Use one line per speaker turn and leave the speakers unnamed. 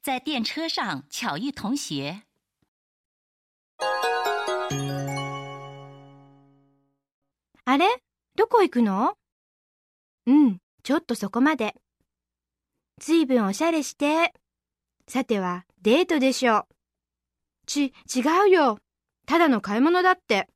在电车上巧遇同学。
あれどこ行くのうん、ちょっとそこまで。ずいぶんおしゃれして。さては、デートでしょう。ち、違うよ。ただの買い物だって。